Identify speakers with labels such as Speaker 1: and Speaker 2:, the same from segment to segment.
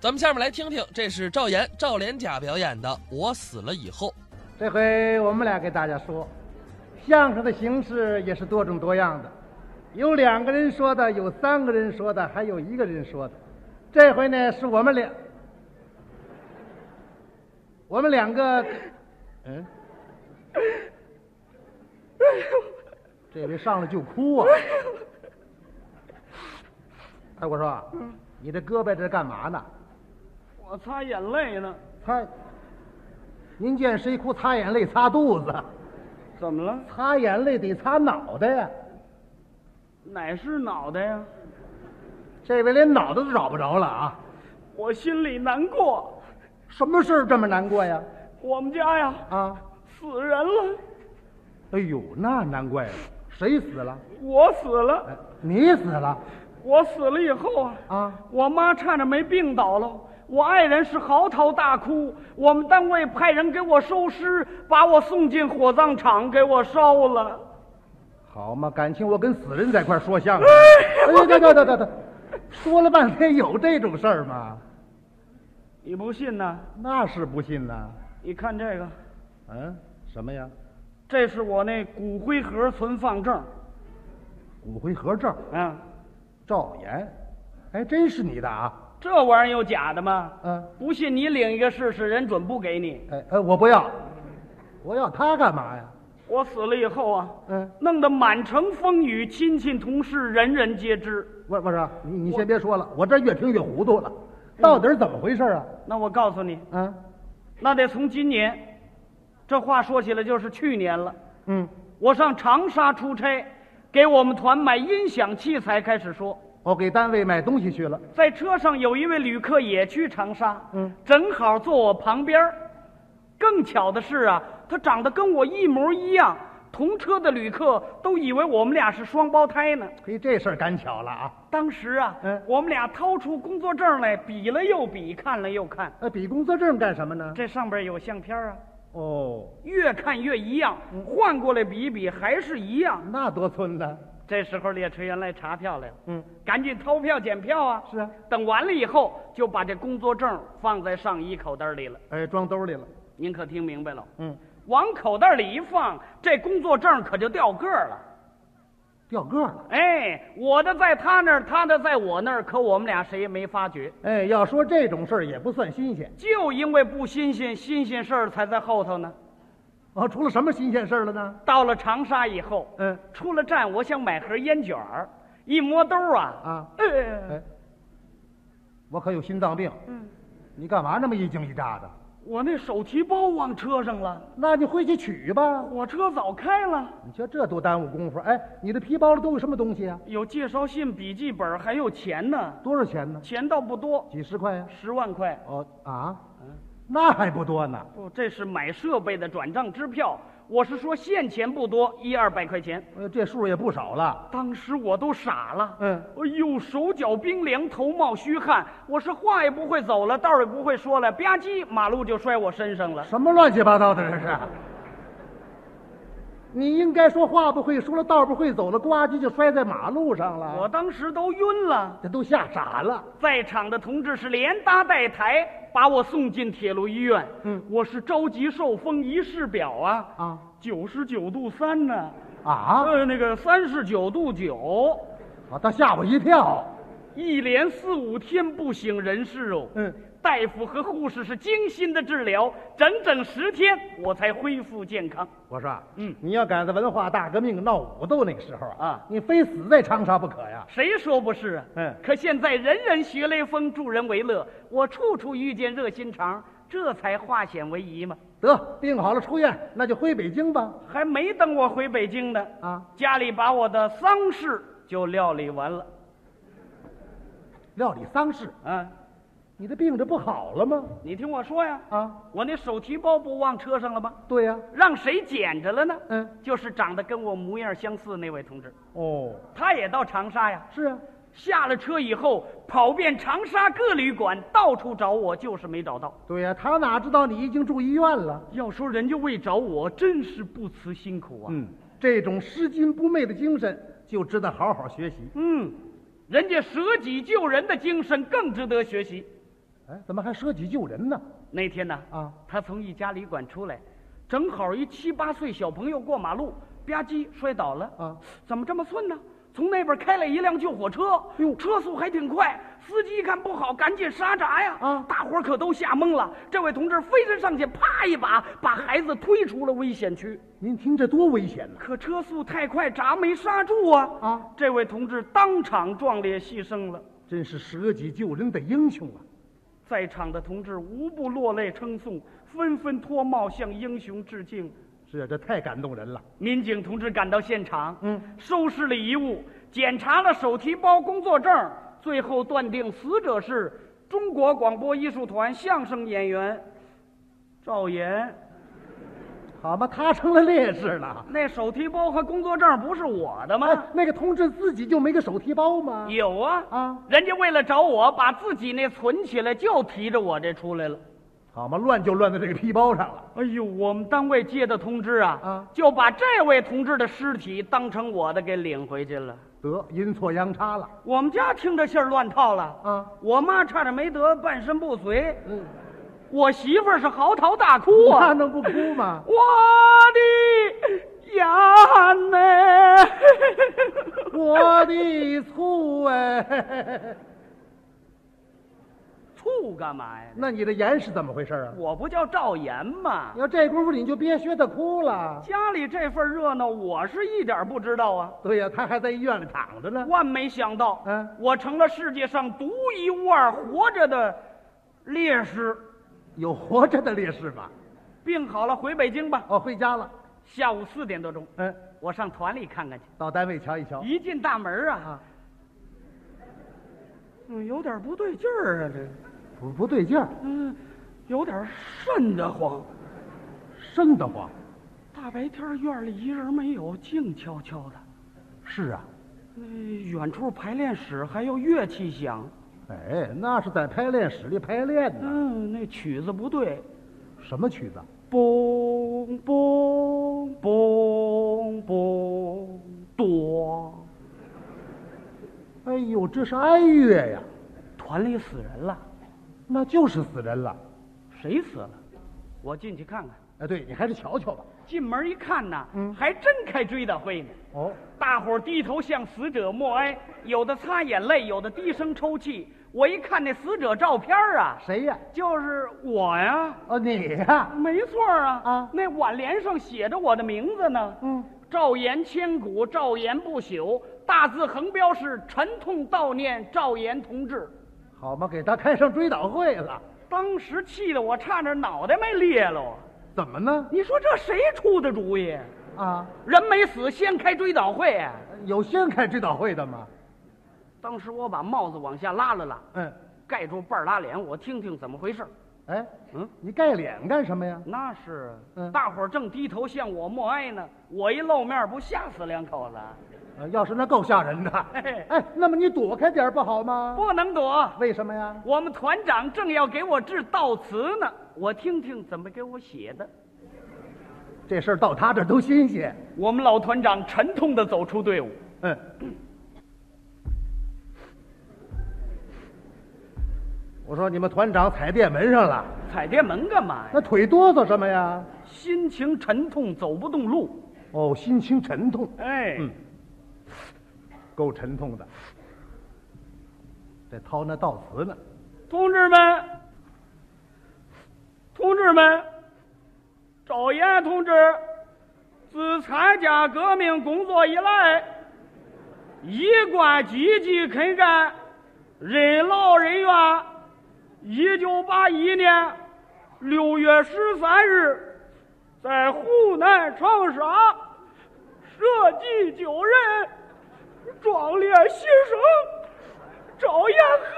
Speaker 1: 咱们下面来听听，这是赵岩、赵连甲表演的《我死了以后》。
Speaker 2: 这回我们俩给大家说，相声的形式也是多种多样的，有两个人说的，有三个人说的，还有一个人说的。这回呢，是我们俩，我们两个，嗯，这位上来就哭啊！哎，我说啊，你这胳膊这是干嘛呢？
Speaker 3: 我擦眼泪呢，
Speaker 2: 擦，您见谁哭擦眼泪擦肚子，啊
Speaker 3: 怎么了？
Speaker 2: 擦眼泪得擦脑袋呀、
Speaker 3: 哪是脑袋呀？
Speaker 2: 这位连脑袋都找不着了啊！
Speaker 3: 我心里难过，
Speaker 2: 什么事儿这么难过呀？
Speaker 3: 我们家呀
Speaker 2: 啊，
Speaker 3: 死人了，
Speaker 2: 哎呦，那难怪了，啊谁死了？
Speaker 3: 我死了
Speaker 2: 哎，你死了
Speaker 3: 我死了以后啊，
Speaker 2: 啊？
Speaker 3: 我妈差点没病倒了。我爱人是嚎啕大哭，我们单位派人给我收尸，把我送进火葬场给我烧了。
Speaker 2: 好嘛，感情我跟死人在一块儿说相声。哎呀，等等等等等，说了半天有这种事儿吗？
Speaker 3: 你不信呐？
Speaker 2: 那是不信呐。
Speaker 3: 你看这个，
Speaker 2: 嗯，什么呀？
Speaker 3: 这是我那骨灰盒存放证
Speaker 2: 骨灰盒证，
Speaker 3: 啊，
Speaker 2: 赵岩，哎，真是你的啊？
Speaker 3: 这玩意儿有假的吗？
Speaker 2: 嗯、
Speaker 3: 不信你领一个试试，人准不给你。
Speaker 2: 哎哎，我不要，我要他干嘛呀？
Speaker 3: 我死了以后啊，
Speaker 2: 嗯，
Speaker 3: 弄得满城风雨，亲戚同事人人皆知。
Speaker 2: 我我嗯说你你先别说了，我这越听越糊涂了，到底是怎么回事啊？
Speaker 3: 那我告诉你，
Speaker 2: 啊，
Speaker 3: 那得从今年，这话说起来就是去年了。
Speaker 2: 嗯，
Speaker 3: 我上长沙出差，给我们团买音响器材开始说。
Speaker 2: 我给单位买东西去了。
Speaker 3: 在车上有一位旅客也去长沙，
Speaker 2: 嗯，
Speaker 3: 正好坐我旁边儿。更巧的是啊，他长得跟我一模一样，同车的旅客都以为我们俩是双胞胎呢。
Speaker 2: 嘿，这事儿赶巧了啊！
Speaker 3: 当时啊，
Speaker 2: 嗯
Speaker 3: 我们俩掏出工作证来，比了又比，看了又看，
Speaker 2: 呃，比工作证干什么呢？
Speaker 3: 这上边有相片啊，
Speaker 2: 哦，
Speaker 3: 越看越一样，换过来比一比还是一样。
Speaker 2: 那多村子。
Speaker 3: 这时候列车员来查票来了，
Speaker 2: 嗯，
Speaker 3: 赶紧掏票检票啊。
Speaker 2: 是啊
Speaker 3: 等完了以后就把这工作证放在上衣口袋里了。
Speaker 2: 哎，装兜里了。
Speaker 3: 您可听明白了？
Speaker 2: 嗯，
Speaker 3: 往口袋里一放，这工作证可就掉个儿了。
Speaker 2: 掉个儿了。
Speaker 3: 哎，我的在他那儿，他的在我那儿，可我们俩谁也没发觉。
Speaker 2: 哎，要说这种事儿也不算新鲜。
Speaker 3: 就因为不新鲜，新鲜事儿才在后头呢。
Speaker 2: 哦，出了什么新鲜事儿了呢？
Speaker 3: 到了长沙以后，
Speaker 2: 嗯，
Speaker 3: 出了站，我想买盒烟卷儿，一摸兜儿啊，
Speaker 2: 啊
Speaker 3: 呃
Speaker 2: 哎，我可有心脏病。
Speaker 3: 嗯，
Speaker 2: 你干嘛那么一惊一乍的？
Speaker 3: 我那手提包忘车上了，
Speaker 2: 那你回去取吧。
Speaker 3: 火车早开了，
Speaker 2: 你瞧这多耽误功夫！哎，你的皮包里都有什么东西啊？
Speaker 3: 有介绍信、笔记本儿，还有钱呢，
Speaker 2: 多少钱呢？
Speaker 3: 钱倒不多，
Speaker 2: 几十块呀、
Speaker 3: 十万块。
Speaker 2: 哦啊，那还不多呢。
Speaker 3: 不，这是买设备的转账支票，我是说现钱不多，一二百块钱。
Speaker 2: 呃，这数也不少了。
Speaker 3: 当时我都傻了，
Speaker 2: 嗯
Speaker 3: 哎呦，手脚冰凉，头冒虚汗，我是话也不会走了，道儿也不会说了，吧唧，马路就摔我身上了。
Speaker 2: 什么乱七八糟的这是？你应该说话不会说了，道不会走了，呱唧就摔在马路上了。
Speaker 3: 我当时都晕了，
Speaker 2: 这都吓傻了。
Speaker 3: 在场的同志是连搭带抬把我送进铁路医院。
Speaker 2: 嗯
Speaker 3: 我是着急受风仪式表啊
Speaker 2: 啊
Speaker 3: 九十九度三呢，
Speaker 2: 啊！
Speaker 3: 呃，那个三十九度九，
Speaker 2: 啊，倒吓我一跳。
Speaker 3: 一连四五天不省人事哦。
Speaker 2: 嗯，
Speaker 3: 大夫和护士是精心的治疗，整整十天我才恢复健康。
Speaker 2: 我说啊，
Speaker 3: 嗯
Speaker 2: 你要赶在文化大革命闹武斗那个时候啊，
Speaker 3: 啊
Speaker 2: 你非死在长沙不可呀。
Speaker 3: 谁说不是啊？
Speaker 2: 嗯
Speaker 3: 可现在人人学雷锋，助人为乐，我处处遇见热心肠，这才化险为夷嘛。
Speaker 2: 得病好了出院，那就回北京吧。
Speaker 3: 还没等我回北京呢，
Speaker 2: 啊，
Speaker 3: 家里把我的丧事就料理完了。
Speaker 2: 料理丧事，
Speaker 3: 啊，
Speaker 2: 你的病这不好了吗？
Speaker 3: 你听我说呀，
Speaker 2: 啊，
Speaker 3: 我那手提包不忘车上了吗？
Speaker 2: 对呀、
Speaker 3: 让谁捡着了呢？
Speaker 2: 嗯，
Speaker 3: 就是长得跟我模样相似那位同志，
Speaker 2: 哦，
Speaker 3: 他也到长沙呀。
Speaker 2: 是啊，
Speaker 3: 下了车以后，跑遍长沙各旅馆，到处找我，就是没找到。
Speaker 2: 对呀、他哪知道你已经住医院了？
Speaker 3: 要说人家为找我，真是不辞辛苦啊。
Speaker 2: 嗯，这种拾金不昧的精神，就值得好好学习。
Speaker 3: 嗯人家舍己救人的精神更值得学习。
Speaker 2: 哎，怎么还舍己救人呢？
Speaker 3: 那天呢，
Speaker 2: 啊
Speaker 3: 他从一家旅馆出来，正好一七八岁小朋友过马路，吧唧摔倒了。
Speaker 2: 啊，
Speaker 3: 怎么这么寸呢？从那边开来一辆救火车，
Speaker 2: 哟
Speaker 3: 车速还挺快。司机一看不好，赶紧刹闸呀！
Speaker 2: 啊
Speaker 3: 大伙儿可都吓懵了。这位同志飞身上去，啪一把把孩子推出了危险区。
Speaker 2: 您听这多危险呐、
Speaker 3: 可车速太快，闸没刹住啊！
Speaker 2: 啊
Speaker 3: 这位同志当场壮烈牺牲了。
Speaker 2: 真是舍己救人的英雄啊！
Speaker 3: 在场的同志无不落泪称颂，纷纷脱帽向英雄致敬。
Speaker 2: 是啊，这太感动人了。
Speaker 3: 民警同志赶到现场，
Speaker 2: 嗯，
Speaker 3: 收拾了遗物，检查了手提包、工作证，最后断定死者是中国广播艺术团相声演员赵岩。
Speaker 2: 好嘛，他成了烈士了。
Speaker 3: 那手提包和工作证不是我的吗？
Speaker 2: 哎，那个同志自己就没个手提包吗？
Speaker 3: 有啊，
Speaker 2: 啊
Speaker 3: 人家为了找我，把自己那存起来，就提着我这出来了。
Speaker 2: 好嘛，乱就乱在这个皮包上了。
Speaker 3: 哎呦，我们单位接的通知啊，
Speaker 2: 啊
Speaker 3: 就把这位同志的尸体当成我的给领回去了。
Speaker 2: 得，阴错阳差了。
Speaker 3: 我们家听着信儿乱套了
Speaker 2: 啊
Speaker 3: 我妈差点没得半身不遂，
Speaker 2: 嗯，
Speaker 3: 我媳妇儿是嚎啕大哭
Speaker 2: 那
Speaker 3: 啊，
Speaker 2: 能不哭吗？
Speaker 3: 我的呀呢，
Speaker 2: 我的醋哎，
Speaker 3: 醋干嘛呀？
Speaker 2: 那你的盐是怎么回事啊？
Speaker 3: 我不叫赵岩吗？
Speaker 2: 要这功夫你就别学他哭了。
Speaker 3: 家里这份热闹，我是一点儿不知道啊。
Speaker 2: 对呀、他还在医院里躺着呢。
Speaker 3: 万没想到，
Speaker 2: 嗯
Speaker 3: 我成了世界上独一无二活着的烈士。
Speaker 2: 有活着的烈士吗？
Speaker 3: 病好了，回北京吧。
Speaker 2: 哦，回家了。
Speaker 3: 下午四点多钟，
Speaker 2: 嗯，
Speaker 3: 我上团里看看去。
Speaker 2: 到单位瞧一瞧。
Speaker 3: 一进大门啊
Speaker 2: 啊，
Speaker 3: 嗯，有点不对劲儿啊，这个，
Speaker 2: 不不对劲儿，
Speaker 3: 嗯，有点瘆得慌。
Speaker 2: 瘆得慌。
Speaker 3: 大白天院里一人没有，静悄悄的。
Speaker 2: 是啊，
Speaker 3: 那远处排练室还有乐器响，
Speaker 2: 哎，那是在排练室里排练呢。
Speaker 3: 嗯，那曲子不对，
Speaker 2: 什么曲子？
Speaker 3: 嘣嘣嘣嘣，多。
Speaker 2: 哎呦，这是哀乐呀，
Speaker 3: 团里死人了，
Speaker 2: 那就是死人了。
Speaker 3: 谁死了？我进去看看。
Speaker 2: 哎，对你还是瞧瞧吧。
Speaker 3: 进门一看呐，
Speaker 2: 嗯
Speaker 3: 还真开追悼会呢。
Speaker 2: 哦，
Speaker 3: 大伙儿低头向死者默哀，有的擦眼泪，有的低声抽泣。我一看那死者照片儿啊，
Speaker 2: 谁呀？
Speaker 3: 就是我呀，
Speaker 2: 哦，你呀、
Speaker 3: 没错儿啊。
Speaker 2: 啊
Speaker 3: 那挽联上写着我的名字呢。
Speaker 2: 嗯，
Speaker 3: 赵岩千古，赵岩不朽，大字横标是沉痛悼念赵岩同志。
Speaker 2: 好嘛，给他开上追悼会了。
Speaker 3: 当时气得我差点脑袋没裂了。
Speaker 2: 怎么呢？
Speaker 3: 你说这谁出的主意？
Speaker 2: 啊，
Speaker 3: 人没死，先开追悼会啊。
Speaker 2: 有先开追悼会的吗？
Speaker 3: 当时我把帽子往下拉了拉，
Speaker 2: 嗯，
Speaker 3: 盖住半拉脸，我听听怎么回事。
Speaker 2: 哎，
Speaker 3: 嗯，
Speaker 2: 你盖脸干什么呀？
Speaker 3: 那是，
Speaker 2: 嗯
Speaker 3: 大伙儿正低头向我默哀呢，我一露面，不吓死两口子？啊
Speaker 2: 呃要是那够吓人的。
Speaker 3: 嘿嘿
Speaker 2: 哎，那么你躲开点儿不好吗？
Speaker 3: 不能躲，
Speaker 2: 为什么呀？
Speaker 3: 我们团长正要给我致悼词呢，我听听怎么给我写的。
Speaker 2: 这事儿到他这儿都新鲜。
Speaker 3: 我们老团长沉痛地走出队伍，
Speaker 2: 嗯，我说你们团长踩电门上了，
Speaker 3: 踩电门干嘛呀？
Speaker 2: 那腿哆嗦什么呀？
Speaker 3: 心情沉痛，走不动路。
Speaker 2: 哦，心情沉痛，
Speaker 3: 哎，
Speaker 2: 嗯够沉痛的。这掏那悼词呢，
Speaker 3: 同志们，同志们，赵岩同志自参加革命工作以来，一贯积极肯干，任劳任怨。一九八一年六月十三日，在湖南长沙舍己救人，壮烈牺牲。赵岩和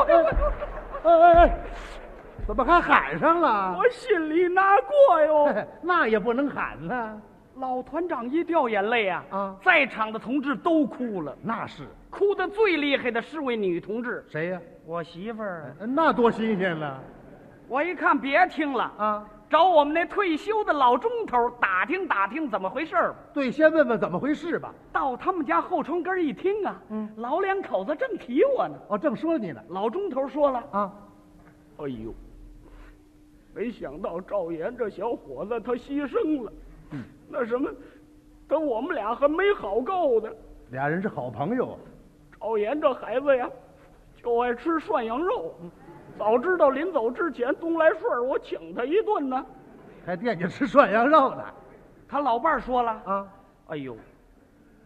Speaker 3: 我们永别了。 哎呦哎呦哎呦
Speaker 2: 哎哎哎，怎么还喊上了？
Speaker 3: 我心里难过哟。
Speaker 2: 那也不能喊呢。
Speaker 3: 老团长一掉眼泪啊，
Speaker 2: 啊
Speaker 3: 在场的同志都哭了，
Speaker 2: 那是
Speaker 3: 哭的最厉害的是位女同志，
Speaker 2: 谁呀、
Speaker 3: 我媳妇儿。
Speaker 2: 那多新鲜了
Speaker 3: 我一看，别听了，
Speaker 2: 啊！
Speaker 3: 找我们那退休的老钟头打听打听怎么回事儿吧。
Speaker 2: 对，先问问怎么回事吧。
Speaker 3: 到他们家后窗根儿一听啊，
Speaker 2: 嗯
Speaker 3: 老两口子正提我呢，
Speaker 2: 哦，正说你呢
Speaker 3: 老钟头说了
Speaker 2: 啊，：“
Speaker 3: 哎呦，没想到赵岩这小伙子他牺牲了，那什么，等我们俩还没好够呢。
Speaker 2: 俩人是好朋友啊，
Speaker 3: 赵岩这孩子呀，就爱吃涮羊肉，早知道临走之前东来顺儿我请他一顿呢。
Speaker 2: 还惦记吃涮羊肉呢
Speaker 3: 他老伴儿说了
Speaker 2: 啊？
Speaker 3: 哎呦，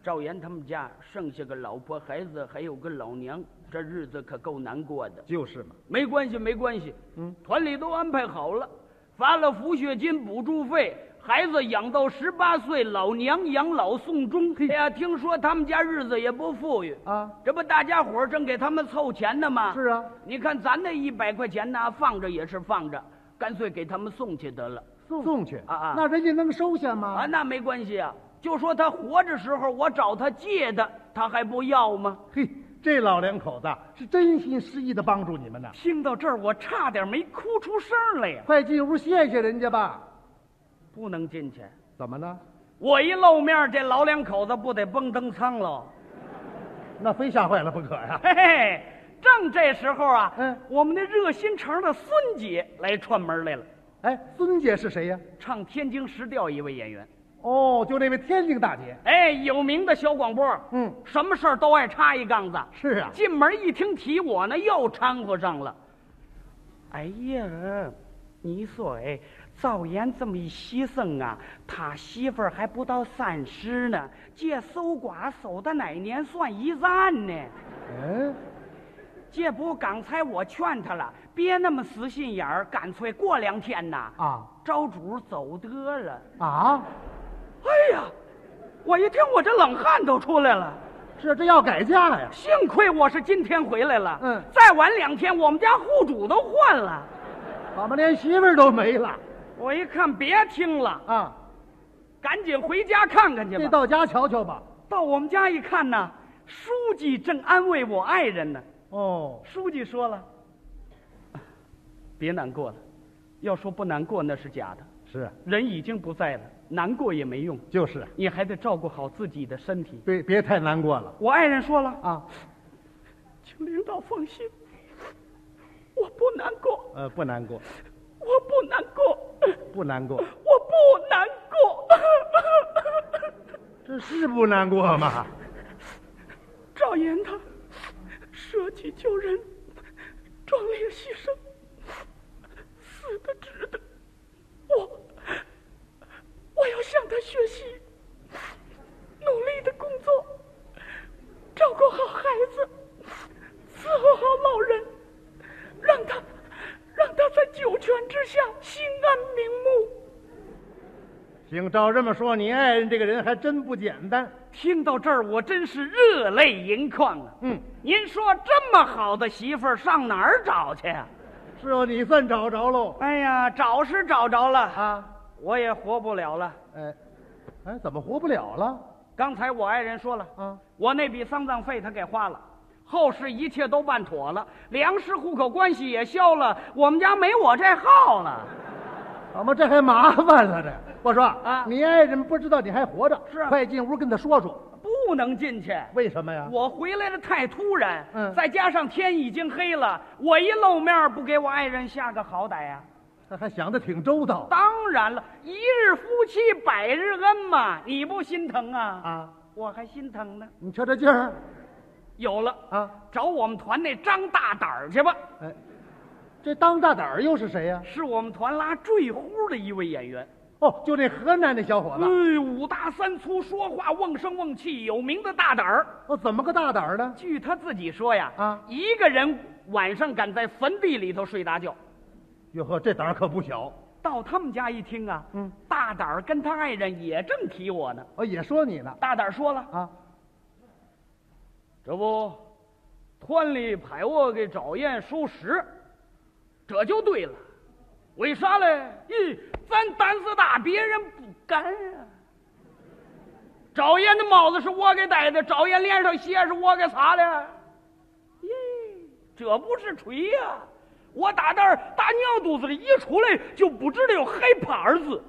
Speaker 3: 赵岩他们家剩下个老婆孩子，还有个老娘，这日子可够难过的。
Speaker 2: 就是嘛，
Speaker 3: 没关系，没关系，嗯，团里都安排好了，发了抚恤金、补助费，孩子养到十八岁，老娘养老送终。哎呀，听说他们家日子也不富裕
Speaker 2: 啊
Speaker 3: 这不大家伙儿正给他们凑钱呢吗？
Speaker 2: 是啊，
Speaker 3: 你看咱那一百块钱呢，放着也是放着，干脆给他们送去得了。
Speaker 2: 送去
Speaker 3: 啊啊
Speaker 2: 那人家能收下吗？
Speaker 3: 啊，那没关系啊，就说他活着时候我找他借的，他还不要吗？
Speaker 2: 嘿，这老两口子是真心实意的帮助你们呢。
Speaker 3: 听到这儿，我差点没哭出声来呀！
Speaker 2: 快进屋谢谢人家吧。
Speaker 3: 不能进去，
Speaker 2: 怎么了？
Speaker 3: 我一露面，这老两口子不得蹦蹬苍喽？
Speaker 2: 那非吓坏了不可呀、
Speaker 3: 嘿嘿，正这时候啊，
Speaker 2: 嗯
Speaker 3: 我们那热心肠的孙姐来串门来了，
Speaker 2: 哎，孙姐是谁呀、
Speaker 3: 唱天津时调一位演员，
Speaker 2: 哦，就那位天津大姐。
Speaker 3: 哎，有名的小广播，
Speaker 2: 嗯
Speaker 3: 什么事儿都爱插一杠子。
Speaker 2: 是啊
Speaker 3: 进门一听提我呢，又掺和上了。哎呀，你说哎，赵岩这么一牺牲啊，他媳妇儿还不到三十呢，这守寡守到哪年算一战呢？
Speaker 2: 嗯，
Speaker 3: 这不，刚才我劝他了，别那么死心眼儿，干脆过两天呐，
Speaker 2: 啊
Speaker 3: 招主走得了。
Speaker 2: 啊，
Speaker 3: 哎呀，我一听我这冷汗都出来了。
Speaker 2: 是这要改嫁呀？
Speaker 3: 幸亏我是今天回来了，
Speaker 2: 嗯
Speaker 3: 再晚两天我们家户主都换了。
Speaker 2: 怎么连媳妇儿都没了
Speaker 3: 我一看，别听了，
Speaker 2: 啊？
Speaker 3: 赶紧回家看看去
Speaker 2: 这
Speaker 3: 吧。
Speaker 2: 到家瞧瞧吧。
Speaker 3: 到我们家一看呢，书记正安慰我爱人呢。
Speaker 2: 哦，
Speaker 3: 书记说了，别难过了，要说不难过那是假的，
Speaker 2: 是，
Speaker 3: 人已经不在了，难过也没用，
Speaker 2: 就是，
Speaker 3: 你还得照顾好自己的身体。
Speaker 2: 别别太难过了
Speaker 3: 我爱人说了
Speaker 2: 啊。
Speaker 3: 请领导放心，我不难过，
Speaker 2: 呃，不难过，
Speaker 3: 我不难过。
Speaker 2: 不难过，
Speaker 3: 我不难过。
Speaker 2: 这是不难过吗？
Speaker 3: 赵岩他舍己救人，壮烈牺牲，死的值得。我我要向他学习，努力的工作，照顾好孩子，伺候好老人，让他让他在九泉之下心安瞑目。
Speaker 2: 行，照这么说，你爱人这个人还真不简单。
Speaker 3: 听到这儿，我真是热泪盈眶啊！
Speaker 2: 嗯，
Speaker 3: 您说这么好的媳妇儿上哪儿找去啊？
Speaker 2: 是哦，你算找着喽
Speaker 3: 哎呀，找是找着了，
Speaker 2: 啊！
Speaker 3: 我也活不了了。
Speaker 2: 哎，哎，怎么活不了了
Speaker 3: 刚才我爱人说了，
Speaker 2: 啊？
Speaker 3: 我那笔丧葬费他给花了，后事一切都办妥了，粮食户口关系也消了，我们家没我这号了。
Speaker 2: 怎么这还麻烦了这？我说
Speaker 3: 啊
Speaker 2: 你爱人不知道你还活着，
Speaker 3: 是啊
Speaker 2: 快进屋跟他说说，
Speaker 3: 不能进去，
Speaker 2: 为什么呀？
Speaker 3: 我回来的太突然，
Speaker 2: 嗯
Speaker 3: 再加上天已经黑了，我一露面儿不给我爱人下个好歹呀、
Speaker 2: 他还想的挺周到
Speaker 3: 当然了，一日夫妻百日恩嘛，你不心疼啊？
Speaker 2: 啊！
Speaker 3: 我还心疼呢。
Speaker 2: 你瞧这劲儿
Speaker 3: 有了，
Speaker 2: 啊！
Speaker 3: 找我们团那张大胆儿去吧，
Speaker 2: 哎，这当大胆儿又是谁呀、
Speaker 3: 是我们团拉坠呼的一位演员。
Speaker 2: 哦，就那河南那小伙子，
Speaker 3: 哎，五大三粗，说话瓮声瓮气，有名的大胆儿。
Speaker 2: 哦，怎么个大胆儿呢？
Speaker 3: 据他自己说呀，
Speaker 2: 啊
Speaker 3: 一个人晚上敢在坟地里头睡大觉。
Speaker 2: 哟呵，这胆儿可不小。
Speaker 3: 到他们家一听啊，
Speaker 2: 嗯，
Speaker 3: 大胆儿跟他爱人也正提我呢。
Speaker 2: 哦，也说你呢
Speaker 3: 大胆儿说了，
Speaker 2: 啊！
Speaker 3: 这不，团里派我给赵岩收尸，这就对了。为啥嘞？咦，咱胆子大，别人不敢呀、赵岩的帽子是我给戴的，赵岩脸上血是我给擦的。耶，这不是吹呀、
Speaker 4: 我打那儿打娘肚子里一出来，就不知道有害怕二字。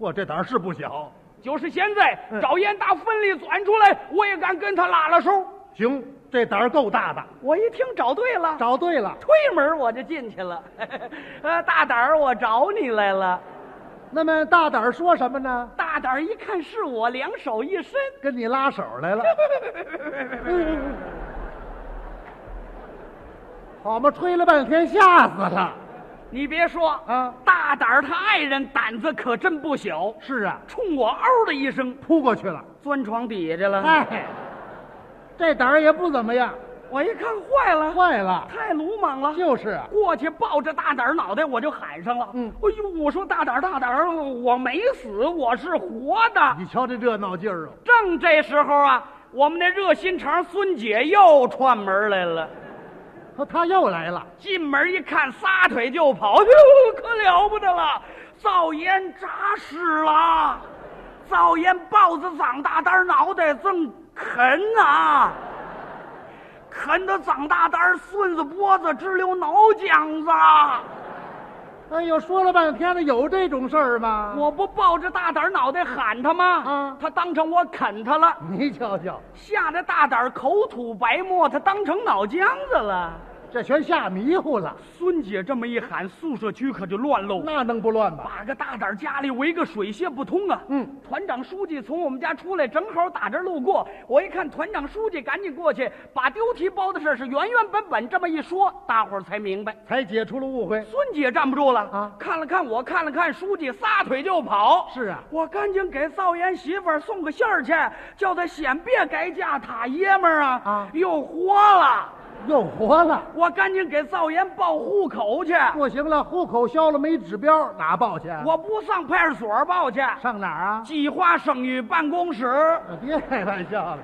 Speaker 5: 嚯，这胆儿是不小。
Speaker 4: 就是现在，
Speaker 3: 嗯
Speaker 4: 赵岩打坟里钻出来，我也敢跟他拉拉手。
Speaker 5: 行，这胆儿够大的。
Speaker 3: 我一听找对了，
Speaker 2: 找对了，
Speaker 3: 推门我就进去了。 呃，大胆儿，我找你来了。
Speaker 2: 那么大胆儿说什么呢？
Speaker 3: 大胆儿一看是我，两手一伸，
Speaker 2: 跟你拉手来了。 好嘛，吹了半天，吓死了。
Speaker 3: 你别说
Speaker 2: 啊
Speaker 3: 大胆儿他爱人胆子可真不小，
Speaker 2: 是啊，
Speaker 3: 冲我嗷的一声
Speaker 2: 扑过去了。
Speaker 3: 钻床底下去了。
Speaker 2: 哎，这胆儿也不怎么样，
Speaker 3: 我一看坏了，
Speaker 2: 坏了。
Speaker 3: 太鲁莽了。
Speaker 2: 就是啊，
Speaker 3: 过去抱着大胆儿脑袋，我就喊上了。
Speaker 2: 嗯
Speaker 3: 哎呦，我说大胆儿大胆儿，我没死，我是活的。
Speaker 2: 你瞧这热闹劲儿啊！
Speaker 3: 正这时候啊，我们那热心肠孙姐又串门来了。
Speaker 2: 说他又来了，
Speaker 3: 进门一看，撒腿就跑，哟，可了不得了！灶烟扎死了，灶烟豹子长大单儿脑袋正啃啊，啃的长大单儿顺着脖子直流脑浆子。
Speaker 2: 哎呦，说了半天了，有这种事儿吗？
Speaker 3: 我不抱着大胆儿脑袋喊他吗？
Speaker 2: 嗯
Speaker 3: 他当成我啃他了，
Speaker 2: 你瞧瞧，
Speaker 3: 吓得大胆儿口吐白沫，他当成脑浆子了。
Speaker 2: 这全吓迷糊了，
Speaker 3: 孙姐这么一喊，宿舍区可就乱喽。
Speaker 2: 那能不乱吗？
Speaker 3: 把个大胆儿家里围个水泄不通啊！
Speaker 2: 嗯，
Speaker 3: 团长书记从我们家出来，正好打这儿路过，我一看团长书记，赶紧过去把丢提包的事儿是原原本本这么一说，大伙儿才明白。
Speaker 2: 才解除了误会。
Speaker 3: 孙姐站不住了
Speaker 2: 啊
Speaker 3: 看了看我，看了看书记，撒腿就跑。
Speaker 2: 是啊
Speaker 3: 我赶紧给灶烟媳妇儿送个信儿去，叫她先别改嫁他爷们儿啊！
Speaker 2: 啊
Speaker 3: 又活了。
Speaker 2: 又活了，
Speaker 3: 我赶紧给灶烟报户口去，
Speaker 2: 不行了，户口销了没指标，哪报去啊？
Speaker 3: 我不上派出所报去，
Speaker 2: 上哪儿啊？
Speaker 3: 计划生育办公室。
Speaker 2: 别开玩笑了，